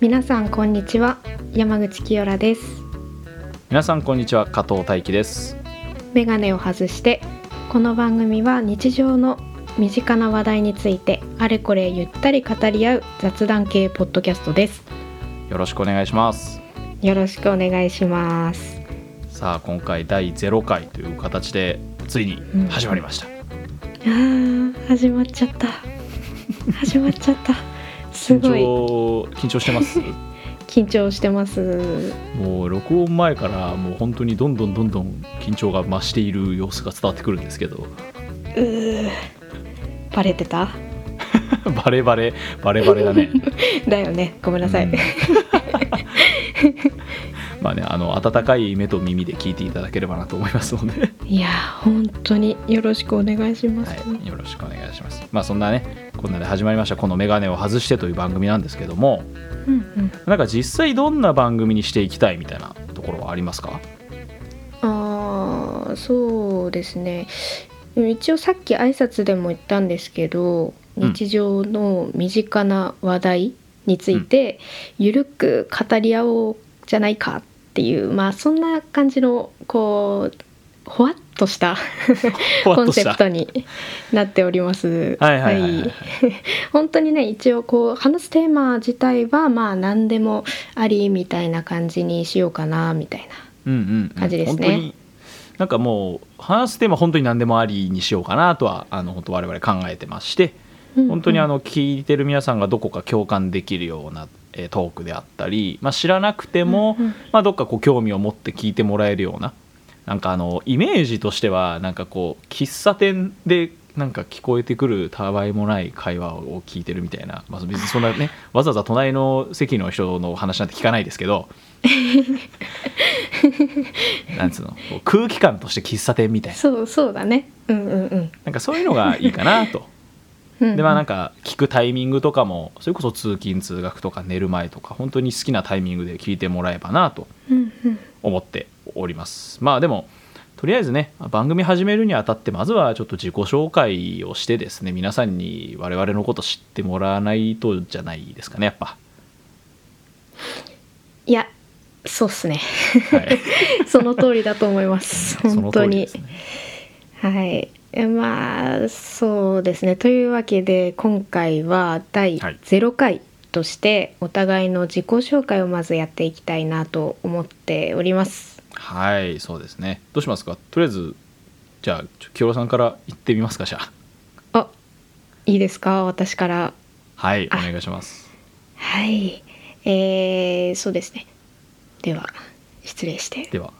皆さんこんにちは山口清良です皆さんこんにちは加藤大輝ですメガネを外してこの番組は日常の身近な話題についてあれこれゆったり語り合う雑談系ポッドキャストですよろしくお願いしますよろしくお願いしますさあ今回第0回という形でついに始まりました、あー始まっちゃった始まっちゃったす緊ごい張緊張してます 緊張してますもう録音前からもう本当にどんどんどんどん緊張が増している様子が伝わってくるんですけど うーバレてたバレバレバレバレ だねだよねごめんなさい、うん まあねあの温かい目と耳で聞いていただければなと思います ので、いやー本当によろしくお願いします、はい、よろしくお願いしますまあそんなねこんなで始まりましたこの「メガネを外して」という番組なんですけどもうんうんなんか実際どんな番組にしていきたいみたいなところはありますかあーそうですね一応さっき挨拶でも言ったんですけどうん日常の身近な話題についてゆるく語り合おうじゃないかっていうまあそんな感じのこうほわっとした コンセプトに なっております。はいはいはいはいは本当にね一応こう話すテーマ自体はまあ何でもありみたいな感じにしようかなみたいな。うんうんうん感じですね本当になんかもう話すテーマ本当に何でもありにしようかなとはあの本当我々考えてまして本当にあの聞いてる皆さんがどこか共感できるようなえートークであったり、まあ、知らなくても、うんうんまあ、どっかこう興味を持って聞いてもらえるようななんかあのイメージとしてはなんかこう喫茶店でなんか聞こえてくるたわいもない会話を聞いてるみたいな、まあ、別にそんな ねわざわざ隣の席の人の話なんて聞かないです けどなんつうのこう空気感として喫茶店みたいなそうそうだねうんうんうんなんかそういうのがいいかなと。うんうんでまあなんか聞くタイミングとかもそれこそ通勤通学とか寝る前とか本当に好きなタイミングで聞いてもらえばなとうんうん思っておりますまあでもとりあえずね番組始めるにあたってまずはちょっと自己紹介をしてですね皆さんに我々のこと知ってもらわないとじゃないですかねやっぱ、いやそうっすね はい、その通りだと思います その本通当りでに、すねはいえまあそうですねというわけで今回は第はい0回としてお互いの自己紹介をまずやっていきたいなと思っておりますはいそうですねどうしますかとりあえずじゃあちょ清良さんから行ってみますかじゃああいいですか私からはいおあ願いしますはいえー、そうですねでは失礼してでは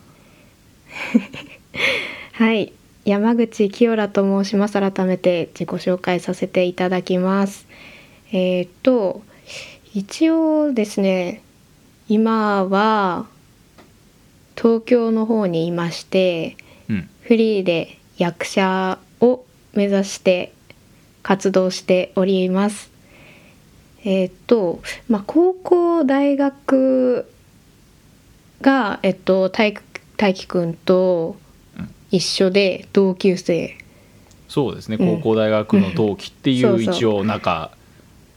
はい山口清良と申します改めて自己紹介させていただきますえーっと一応ですね今は東京の方にいましてうんフリーで役者を目指して活動しております。えーっと、まあ、高校大学が、えっと、大輝大輝くんと一緒で同級生そうですねうん高校大学の同期っていそううそう一応中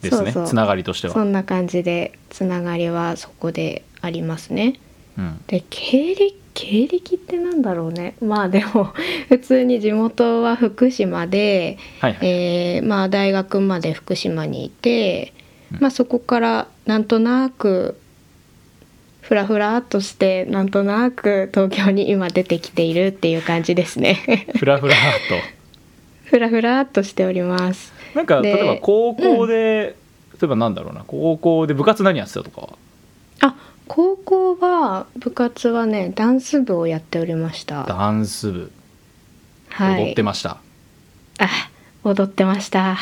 ですねそうそうつながりとしてそは、んな感じでつながりはそこでありますね。うん、で経歴経歴ってなんだろうねまあでも普通に地元は福島で、はいはい、えーまあ、大学まで福島にいて、うんまあ、そこからなんとなくふらふらっとしてなんとなく東京に今出てきているっていう感じですね ふらふらっふらふらっとしておりますとなんかで例えば高校で、例えばなんだろうな高校で部活何やってたとかはあ高校は部活はねダンス部をやっておりましたダンス部はい踊ってました、あ踊ってました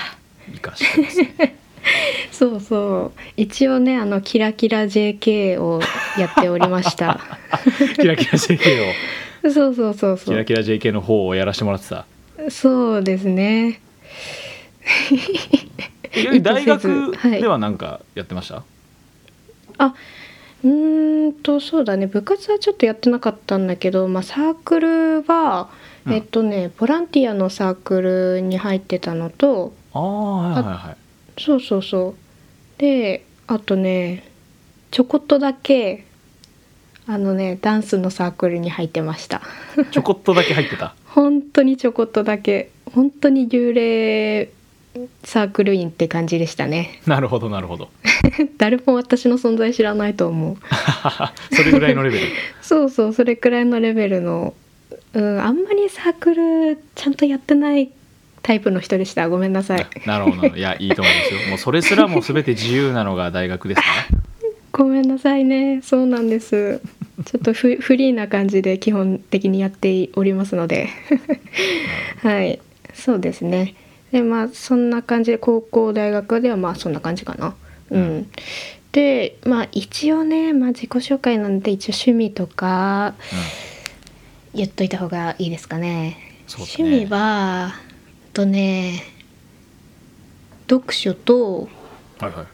生かしてますね そうそう一応ねあのキラキラ JK をやっておりました キラキラ JK をそうそうそうそキうラキラ JK の方をやらせてもらってたそうですね。せず大学はいでは何かやってました、うーんとそうだね部活はちょっとやってなかったんだけど、まあ、サークルは、うんえっとねボランティアのサークルに入ってたのとああはいはいはいそうそうそうであとねちょこっとだけあのねダンスのサークルに入ってました ちょこっとだけ入ってた本当にちょこっとだけ本当に幽霊サークル員って感じでしたねなるほどなるほど誰も私の存在知らないと思うそれぐらいのレベルそうそうそれくらいのレベルの、うん、あんまりサークルちゃんとやってないタイプの人でしたごめんなさいなるほどなるほどいやいいと思い ますよもうそれすらも全て自由なのが大学ですからごめんなさいねそうなんですちょっとフフリーな感じで基本的にやっておりますのではいそうですねでまあそんな感じで高校大学ではまあそんな感じかなうん、うんでまあ一応ね、まあ、自己紹介なんで一応趣味とか言っといた方がいいですかねそうだね趣味はえっとね読書とうん、はいはい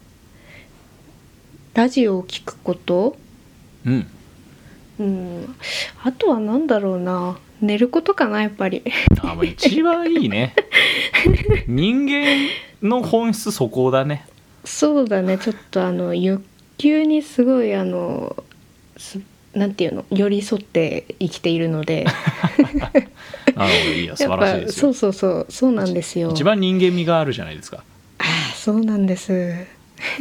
ラジオを聞くことうんうん、あとは何だろうな寝ることかなやっぱり あもう一番いいね人間の本質そこだねそうだねちょっとあの欲求にすごいあのすなんていうの寄り添って生きているのでなるほどいい や素晴らしいですそようそうそうそうなんですよ一番人間味があるじゃないですかああそうなんです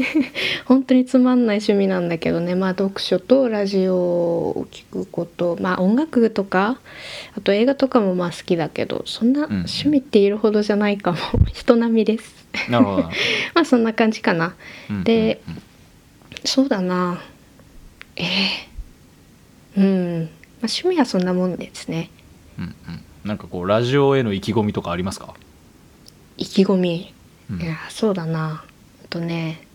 本当につまんない趣味なんだけどねまあ読書とラジオを聞くことまあ音楽とかあと映画とかもまあ好きだけどそんなうんうん趣味って言うほどじゃないかも 人並みですなるほ どな、まあそんな感じかなうんうんでうんそうだなええうん、まあ、趣味はそんなもんですねうんうん、なんかこうラジオへの意気込みとかありますか、意気込み、うんいやそうだなあとね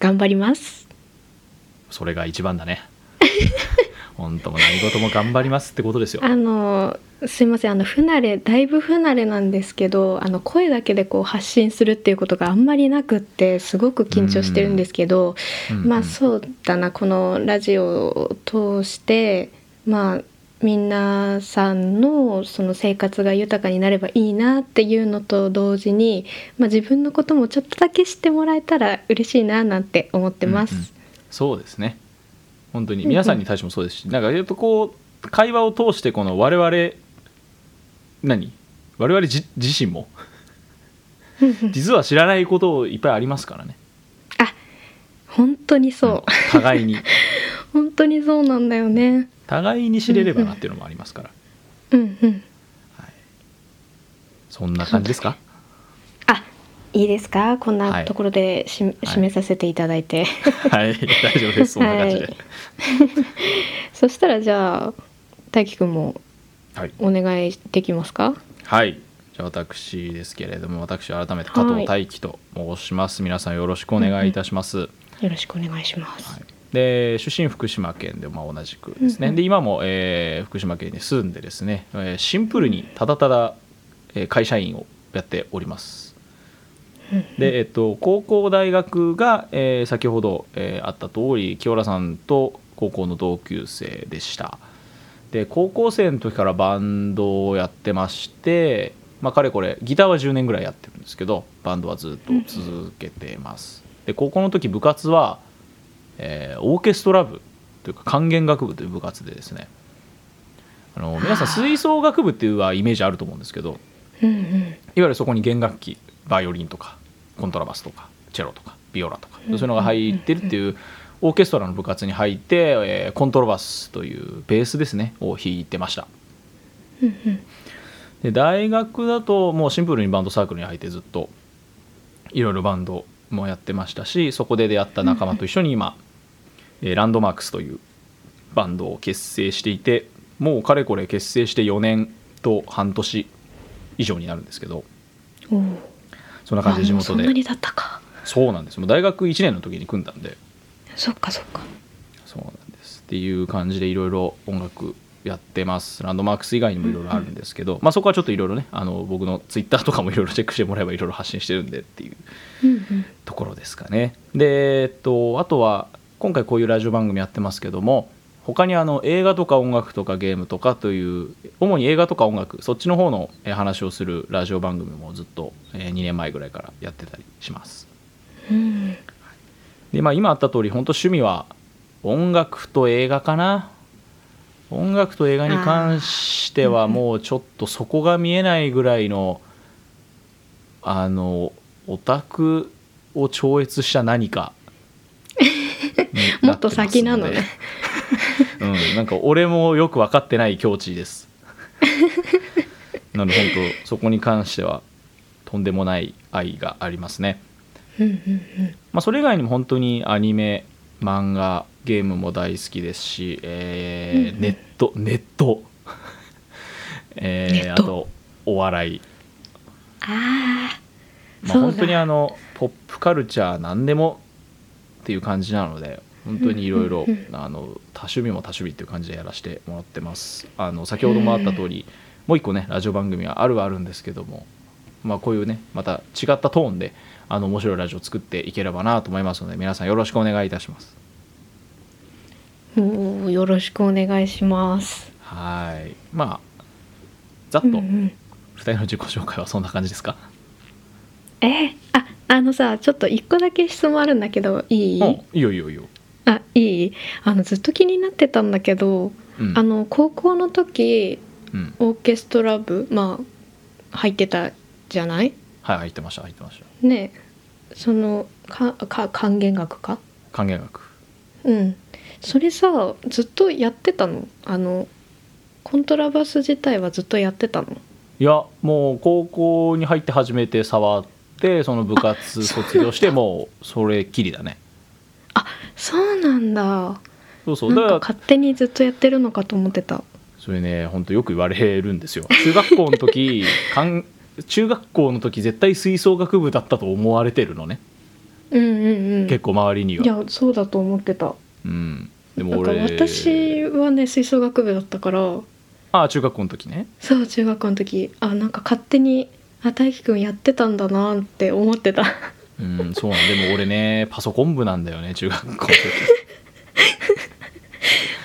頑張りますそれが一番だね 本当もう何事も頑張りますってことですよあのすいませんあの不慣れだいぶ不慣れなんですけどあの声だけでこう発信するっていうことがあんまりなくってすごく緊張してるんですけど、うんまうあんそうだなこのラジオを通してまあみんなさんのその生活が豊かになればいいなっていうのと同時に、まあ、自分のこともちょっとだけ知ってもらえたら嬉しいななんて思ってます。うんうんそうですね本当に皆さんに対してもそうですし、なんかやっぱこう会話を通してこの我々何我々じ自身もうんうん実は知らないことをいっぱいありますからねあ本当にそう、ん互い に本当にそうなんだよね。互いに知れればなっていうのもありますから、うんうんはい、そんな感じですかあいいですかこんはないところでし、締めさせていただいて はい大丈夫ですそんな感じではいそしたらじゃあ大輝くんもはいお願いできますかはい。じゃあ私ですけれども、私改めて加藤大輝と申します。皆さんよろしくお願いいたします。よろしくお願いします、はいで出身福島県で、まあ、同じくですうね、んうんで今も、えー福島県に住んでですね、えーシンプルにただただ、えー会社員をやっておりますうんうんで、えっと、高校大学が、えー先ほど、えーあった通り清原さんと高校の同級生でしたで高校生の時からバンドをやってまして、まあ、かれこれギターは10年ぐらいやってるんですけどバンドはずっと続けてますで高校の時部活はえーオーケストラ部というか管弦楽部という部活でですねあの皆さん吹奏楽部っていうはイメージあると思うんですけどうんうんいわゆるそこに弦楽器バイオリンとかコントラバスとかチェロとかビオラとかうんそういうのが入ってるっていうオーケストラの部活に入って、えーコントラバスというベースですねを弾いてましたうんうんで大学だともうシンプルにバンドサークルに入ってずっといろいろバンドもやってましたしそこで出会った仲間と一緒に今、えーランドマークスというバンドを結成していてもうかれこれ結成して4年と半年以上になるんですけどおおそんな感じで地元そんなでにだったかそうなんですもう大学1年の時に組んだんでそっかそっかそうなんですっていう感じでいろいろ音楽やってますランドマークス以外にもいろいろあるんですけど、まあ、そこはちょっといろいろねあの僕のツイッターとかもいろいろチェックしてもらえばいろいろ発信してるんでっていううんうんところですかねで、えっと、あとは今回こういうラジオ番組やってますけども他にあの映画とか音楽とかゲームとかという主に映画とか音楽そっちの方のえ話をするラジオ番組もずっと2年前ぐらいからやってたりしますうんでまあ今あった通り本当趣味は音楽と映画かな音楽と映画に関してあーはうんうんもうちょっと底が見えないぐらいのあのオタクを超越した何かに もなってとますで先なのねうん、なんか俺もよく分かってない境地です なので本当そこに関してはとんでもない愛がありますねうんうんまあ、それ以外にも本当にアニメ漫画ゲームも大好きですし、うえーんうんネットネット えーネッあトとお笑い、うんああまあ、そうだ本当にあのポップカルチャー何でもっていう感じなので本当にいろいろうんうんあの多趣味も多趣味っていう感じでやらせてもらってますあの先ほどもあった通りもう一個ねラジオ番組はあるはあるんですけども、まあ、こういうねまた違ったトーンであの面白いラジオ作っていければなと思いますので皆さんよろしくお願いいたします。おーよろしくお願いしますはいまあざっとうんう2ん人の自己紹介はそんな感じですか、えーああのさちょっと一個だけ質問あるんだけどいいうんいいよいいよいいよ、あいいあのずっと気になってたんだけど、うんあの高校の時うん、オーケストラ部まあ入ってたじゃないはい入ってました入ってましたねそのかか管弦楽か管弦楽うんそれさずっとやってたのあのコントラバス自体はずっとやってたのいやもう高校に入って初めて触ってその部活卒業してもうそれっきりだねそうなんだそうそうなだんかから勝手にずっとやってるのかと思ってたそれね本当よく言われるんですよ中学校の時 かん中学校の時絶対吹奏楽部だったと思われてるのねうんうんうん結構周りにいは、やそうだと思ってたうん、でなもんか俺私はね吹奏楽部だったからああ中学校の時ねそう中学校の時あなんか勝手にあ大輝くんやってたんだなって思って たうん、そうなんでも俺ねパソコン部なんだよね中学校の 時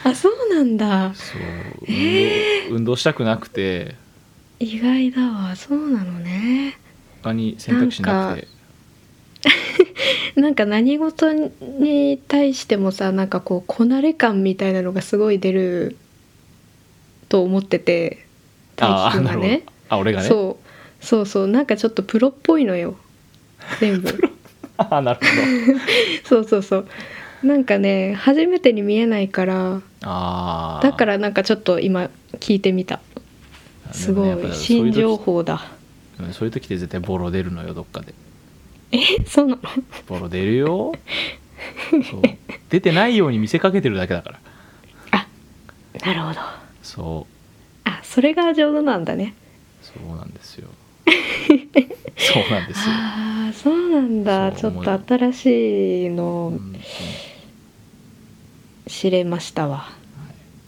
あそうなんだそう運動,、運動したくなくて意外だわそうなのね他に選択肢なくてなんか何事に対してもさなんかこうこなれ感みたいなのがすごい出ると思っててあ大輝あくんながるほねどあ俺がねそうそうそうなんかちょっとプロっぽいのよ全 部あなるほどそうそうそうなんかね初めてに見えないからあだかららなんかちょっと今聞いてみたすごい新情報だうんそういう時って絶対ボロ出るのよどっかでえそうな のボロ出 るよそう出てないように見せかけてるだけだからあなるほどあそうそれが上手なんだねそうなんです よそうなんですよ、ああそうなんだちそょう思っうと新しいのうんをうん知れましたわ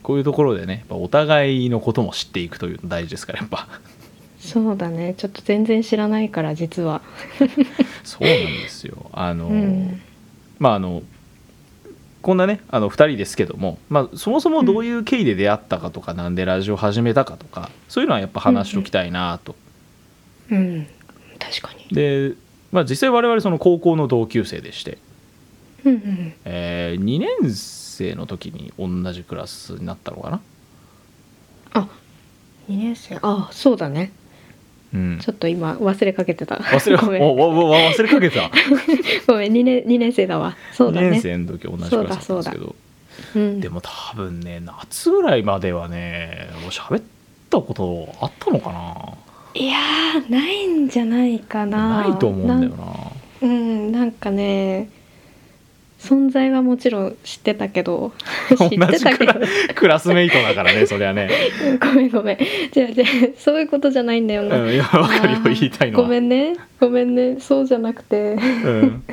こういうところでねやっぱお互いのことも知っていくというの大事ですからやっぱそうだねちょっと全然知らないから実はそうなんですよ。あの、うんまああのこんなねあの2人ですけども、まあ、そもそもどういう経緯で出会ったかとか、なんでラジオ始めたかとかそういうのはやっぱ話しておきたいなと。うん確かにで、まあ、実際我々その高校の同級生でして、うんうんえ2年生の時に同じクラスになったのかな。あ2年生あそうだねうんちょっと今忘れかけてた忘れごかめけん忘れかけた、ごめん2年 ,2 年生だわそう2だね年生の時同じクラスだったんですけどうん、でも多分ね夏ぐらいまではねもう喋ったことあったのかないやーないんじゃないかなないと思うんだよななうんなんかね存在はもちろん知ってたけど知っ 同てじたけクど ラクラスメイトだからねそりゃね、ごめんごめん違う違うそういうことじゃないんだような、ん、いや分かるよあー言いたいのはごめんねごめんねそうじゃなくてうん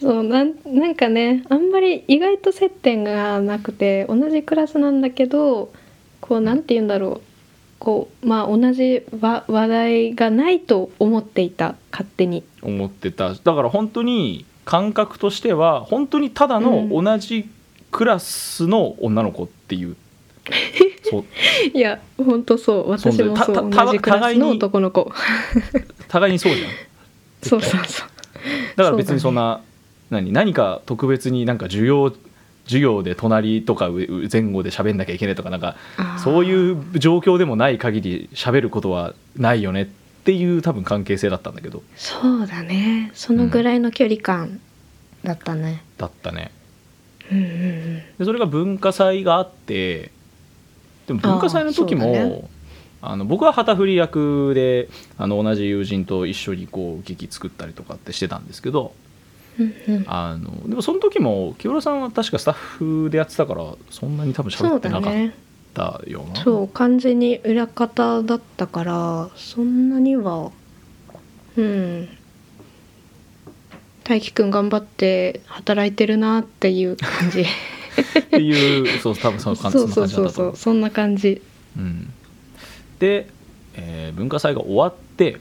そうなんなんかねあんまり意外と接点がなくて同じクラスなんだけどこうなんて言うんだろうこうまあ同じ話話題がないと思っていた勝手に思ってただから本当に感覚としては本当にただのう同じクラスの女の子っていう、そういや本当そうそう私だよもそうたた同じクラ互スいにの男の子互いにそうじゃんそうそうそうだから別にそんな何何か特別になんか授業授業で隣とかうう前後で喋んなきゃいけないとかなんかあーそういう状況でもない限り喋ることはないよねっていう多分関係性だったんだけどそうだねそのぐらいの距離感だったね、だったねうん、うんうんでそれが文化祭があってでも文化祭の時もああ、ーそうだねの僕は旗振り役であの同じ友人と一緒にこう劇作ったりとかってしてたんですけどうんうんあのでもその時も清原さんは確かスタッフでやってたからそんなに多分そ喋うってだなかねったよなそう完全に裏方だったからそんなにはうん大輝くん頑張って働いてるなっていう感じっていうそう多分 その感じそうそうそうそうそんな感じうん、で、えー文化祭が終わって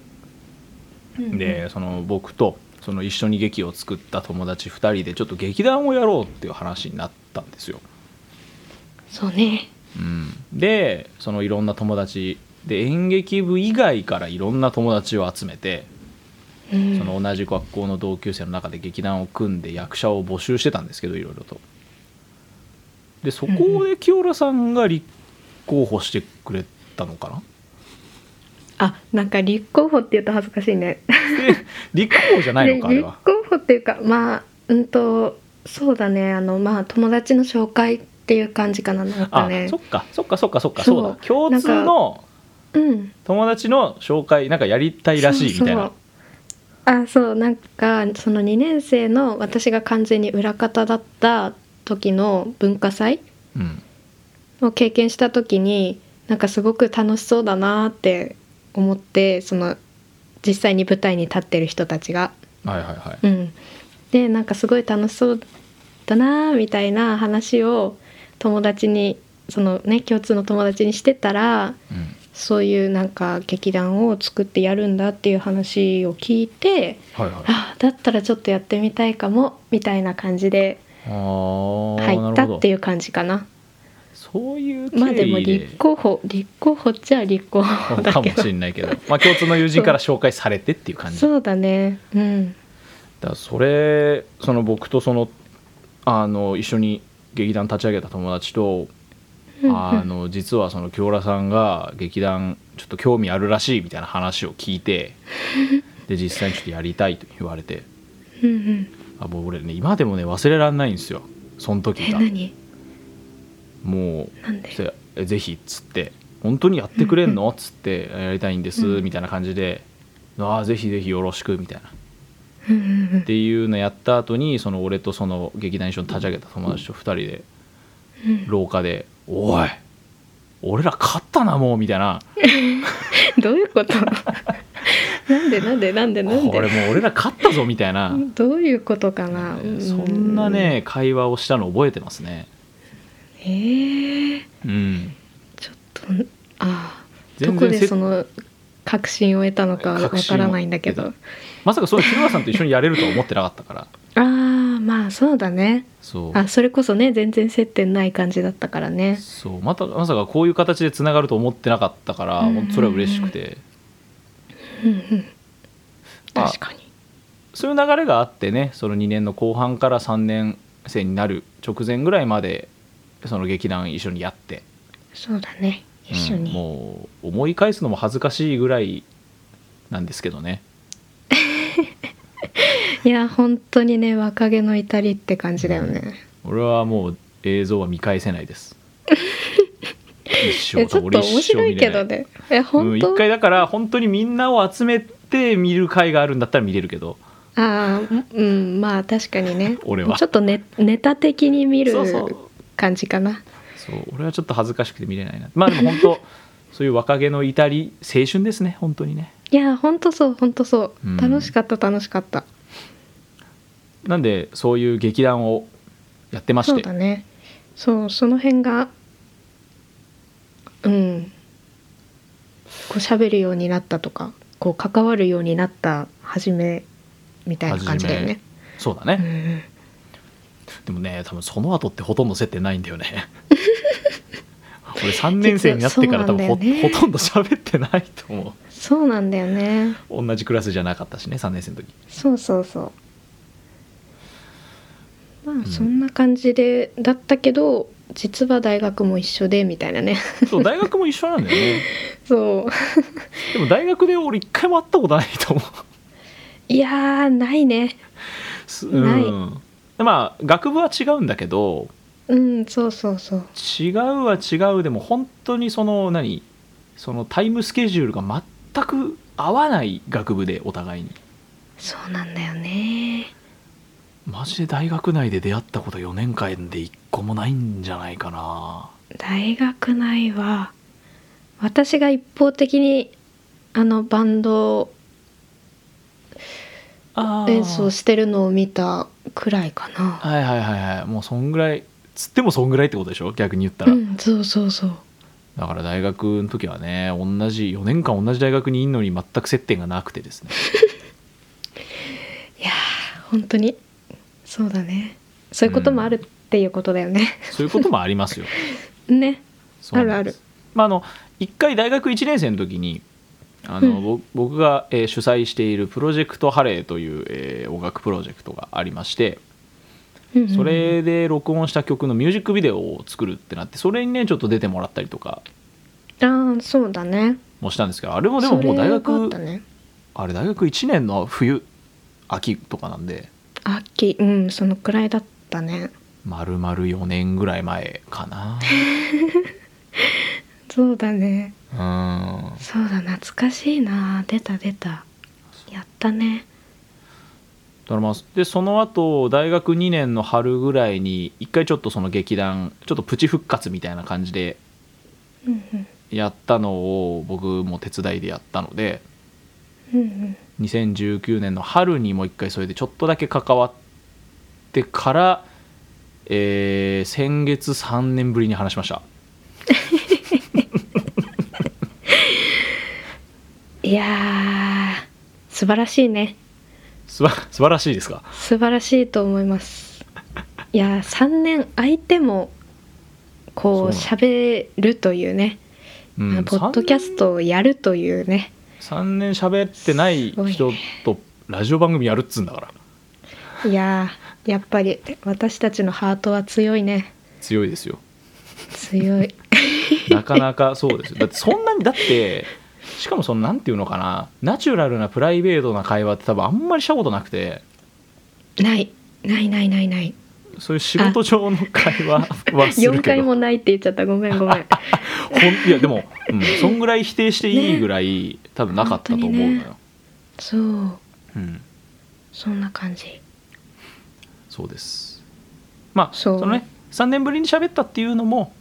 でその僕とその一緒に劇を作った友達2人でちょっと劇団をやろうっていう話になったんですよ。そうねうん、でそのいろんな友達で演劇部以外からいろんな友達を集めてうんその同じ学校の同級生の中で劇団を組んで役者を募集してたんですけどいろいろと。でそこで清良さんが立候補してくれたのかな あなんか立候補って言うと恥ずかしいねで立候補じゃないのかあでれ立 は。候補っていうかまあうんとそうだねあのまあ友達の紹介っていう感じかななんかあねそっかそっかそっかそっかそそううだ共通のうん友達の紹介なんかやりたいらしいみたいそなうそうあそうなんかその2年生の私が完全に裏方だった時の文化祭うんを経験した時になんかすごく楽しそうだなって思ってその実際に舞台に立ってる人たちが。はいはいはいうん、でなんかすごい楽しそうだなみたいな話を友達にそのね共通の友達にしてたらうんそういうなんか劇団を作ってやるんだっていう話を聞いてはいはいあだったらちょっとやってみたいかもみたいな感じであー入っなたるほっどていう感じかなそういう経まあでも緯で立候補立候補っちゃ立候補だかけもどしれないけどまあ共通の友人から紹介されてっていう感じだかそうだねうんらそれその僕とそのあの一緒に劇団立ち上げた友達とあの実はその京良さんが劇団ちょっと興味あるらしいみたいな話を聞い てで実際にちょっとやりたいと言われてうんうんあもう俺ね今でもね忘れられないんですよその時えが何もうなんでせえぜひっつって本当にやってくれんうのっつってやりたいんですうんみたいな感じでああぜひぜひよろしくみたいなっうんうんていうのやった後にその俺とその劇団一緒に立ち上げた友達と2人でうん廊下で「おい俺ら勝ったなもう」みたいな どういうことなんでなんでなんで「なんこれでもう俺ら勝ったぞ」みたいな。どういうことかえな、うーそんなね会話をしたの覚えてますね。えー、うん、ちょっとああど全こ然でせその確信を得たのかわ確信かをらないんだけどあまさかそういう清原さんと一緒にやれるとは思ってなかったからあまあそうだねそうあそれこそね全然接点ない感じだったからねそうまたまさかこういう形でつながると思ってなかったから、うんほんとそれは嬉しくて、うんうんまあ確かに、そういう流れがあってねその2年の後半から3年生になる直前ぐらいまでその劇団一緒にやって、そうだね一緒うんに、もう思い返すのも恥ずかしいぐらいなんですけどねいや本当にね若気の至りって感じだよね、俺はもう映像は見返せないです 一えちょ生っと俺一面生白い見れけなどねえうん本当、一回だから本当にみんなを集めて見る回があるんだったら見れるけどああうんまあ確かにね俺はちょっとネネタ的に見るそうそう感じかなそう俺はちょっと恥ずかしくて見れないなまあでも 本当そういう若気の至り青春ですね本当にねいやほんとそうほんとそう、うん楽しかった楽しかったなんでそういう劇団をやってましそうてだねそうその辺がうんこう喋るようになったとかこう関わるようになった初めみたいな感じだよね、そうだうね、ん、でもね多分その後ってほとんど接点ないんだよ ね俺3年生になってから多分実はそうなほ,、んだよねほとんど喋ってないと思そうなんだよねう同じクラスじゃなかったしね3年生の時そうそうそまんあそんな感じで、だったけど実は大学も一緒でみたいなね そう大学も一緒なんだよねそうでも大学で俺一回も会ったことないと思ういやーないねすないうん、でまあ学部は違うんだけどうんそうそうそう違うは違うでも本当にその何そのタイムスケジュールが全く合わない学部でお互いにそうなんだよねマジで大学内で出会ったこと4年間で1個もないんじゃないかな大学内は私が一方的にあのバンドあー演奏してるのを見たくらいかなはいはいはいはいもうそんぐらいつってもそんぐらいってことでしょ逆に言ったうら、んそうそうそうだから大学の時はね同じ4年間同じ大学にいんのに全く接点がなくてですねいやー本当にそうだねそういうこともあるっていうことだよね、 そういうこともありますよねそうなあるんあるですまああの一回大学1年生の時にあの、うんぼ僕が、えー主催しているプロジェクトハレーという、えー音楽プロジェクトがありましてうんうんそれで録音した曲のミュージックビデオを作るってなってそれにねちょっと出てもらったりとかああそうだねもしたんですけどあれもでももうそれ大があ学ったねあれ大学1年の冬秋とかなんで秋うんそのくらいだったね丸々4年ぐらい前かな そうだねうんそうだ懐かしいな出た出たやったねドラマでその後大学2年の春ぐらいに一回ちょっとその劇団ちょっとプチ復活みたいな感じでうんうんやったのを僕も手伝いでやったのでうん2019年の春にもう一回それでちょっとだけ関わってから、えー先月3年ぶりに話しましたうんいやー素晴らしいねすば素晴らしいですか素晴らしいと思いますいやー3年相手もこうそ喋るというねうあのポッドキャストをやるというね3年喋ってない人とラジオ番組やるっつうんだからいやーやっぱり私たちのハートは強いね強いですよ強いなかなかそうですよだってそんなにだってしかもそのなんていうのかなナチュラルなプライベートな会話って多分あんまりしたことなくてないないないないないそういう仕事上の会話はする4け回どもないって言っちゃったごめんごめん ほんいやでも、うん、そんぐらい否定していいぐらい、多分なかったと思うのよ、そううん、そんな感じそうですまあそそうのね3年ぶりに喋ったっていうのも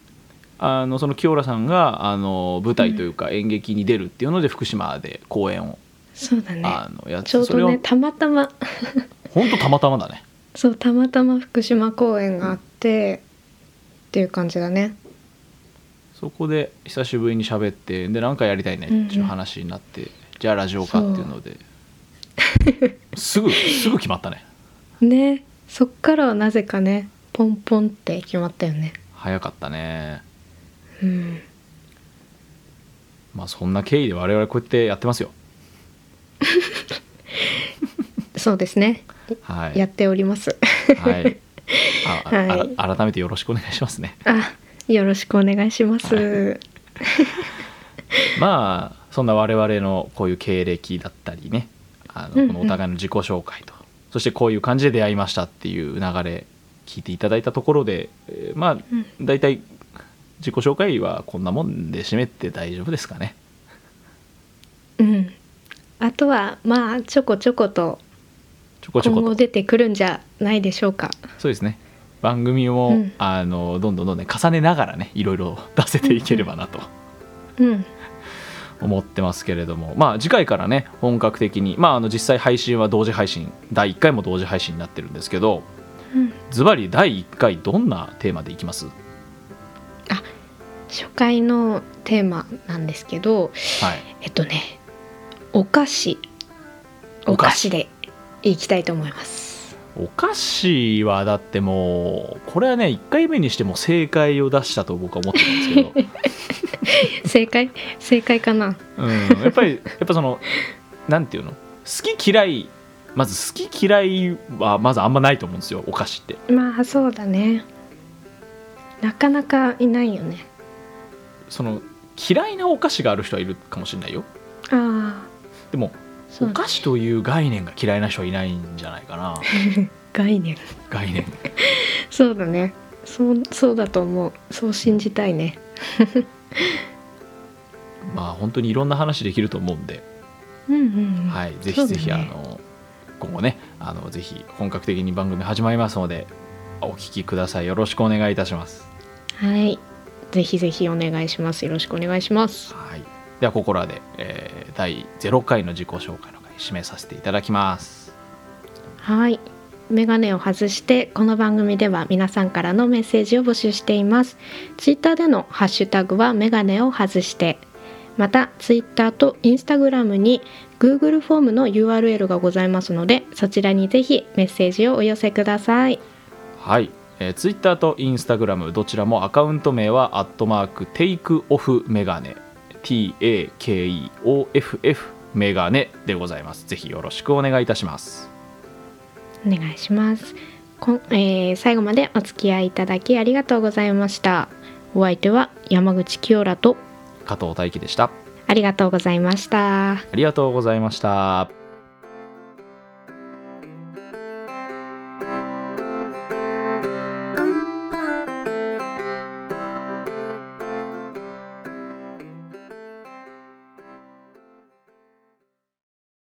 あのその清良さんがあの舞台というか演劇に出るっていうので福島で公演を、そうだねあのやってちょうそれどはねたまたま本当たまたまだねそうたまたま福島公演があって、っていう感じだねそこで久しぶりに喋ってで何かやりたいねっていう話になって、じゃあラジオかっていうのですぐすぐ決まったねねそっからはなぜかねポンポンって決まったよね早かったねうんまあそんな経緯で我々こうやってやってますよそうですね、はいやっております はいああはいあら改めてよろしくお願いしますねあよろしくお願いします、まあそんな我々のこういう経歴だったりねあうんうのんこのお互いの自己紹介と、そしてこういう感じで出会いましたっていう流れ聞いていただいたところで、えーまあうん大体自己紹介はこんなもんで締めて大丈夫ですかねうんあとはまあちょこちょことちょこちょ今こ後と出てくるんじゃないでしょうかそうですね番組を、うんあのどんどんどんどん重ねながらねいろいろ 出せていければなとうん思ってますけれども、まあ次回からね本格的にまああの実際配信は同時配信第1回も同時配信になってるんですけどうんズバリ第1回どんなテーマでいきますは初回のテーマなんですけどいえっとねお菓子おお菓菓子子でいきたいと思いますお菓子はだってもうこれはね1回目にしても正解を出したと僕は思ってるんですけど正解正解かなうん、やっぱりやっぱそのなんていうの好き嫌いまず好き嫌いはまずあんまないと思うんですよお菓子ってまあそうだねなかなかいないよねその嫌いなお菓子がある人はいるかもしれないよああでもそおう菓子という概念が嫌いな人はいないんじゃないかな概念概念そうだねそうそうだと思うそう信じたいねまあ本当にいろんな話できると思うんで、うんうん、い、はい、ぜそうだひぜねひ、あの今後ねあのぜひ本格的に番組始まりますのでお聞きくださいよろしくお願いいたします、はい、ぜひぜひお願いしますよろしくお願いしますはい、ではここらで、えー第0回の自己紹介の回締めさせていただきますはい。メガネを外してこの番組では皆さんからのメッセージを募集しています。ツイッターでのハッシュタグはメガネを外して。またツイッターとインスタグラムに Google フォームの URL がございますので、そちらにぜひメッセージをお寄せください。はい、えー、Twitter と Instagram どちらもアカウント名は「アットマークテイクオフメガネ」TAKEOFF メガネでございますぜひよろしくお願いいたしますお願いします。こんえー最後までお付き合いいただきありがとうございました。お相手は山口清良と加藤大輝でしたありがとうございました。ありがとうございました。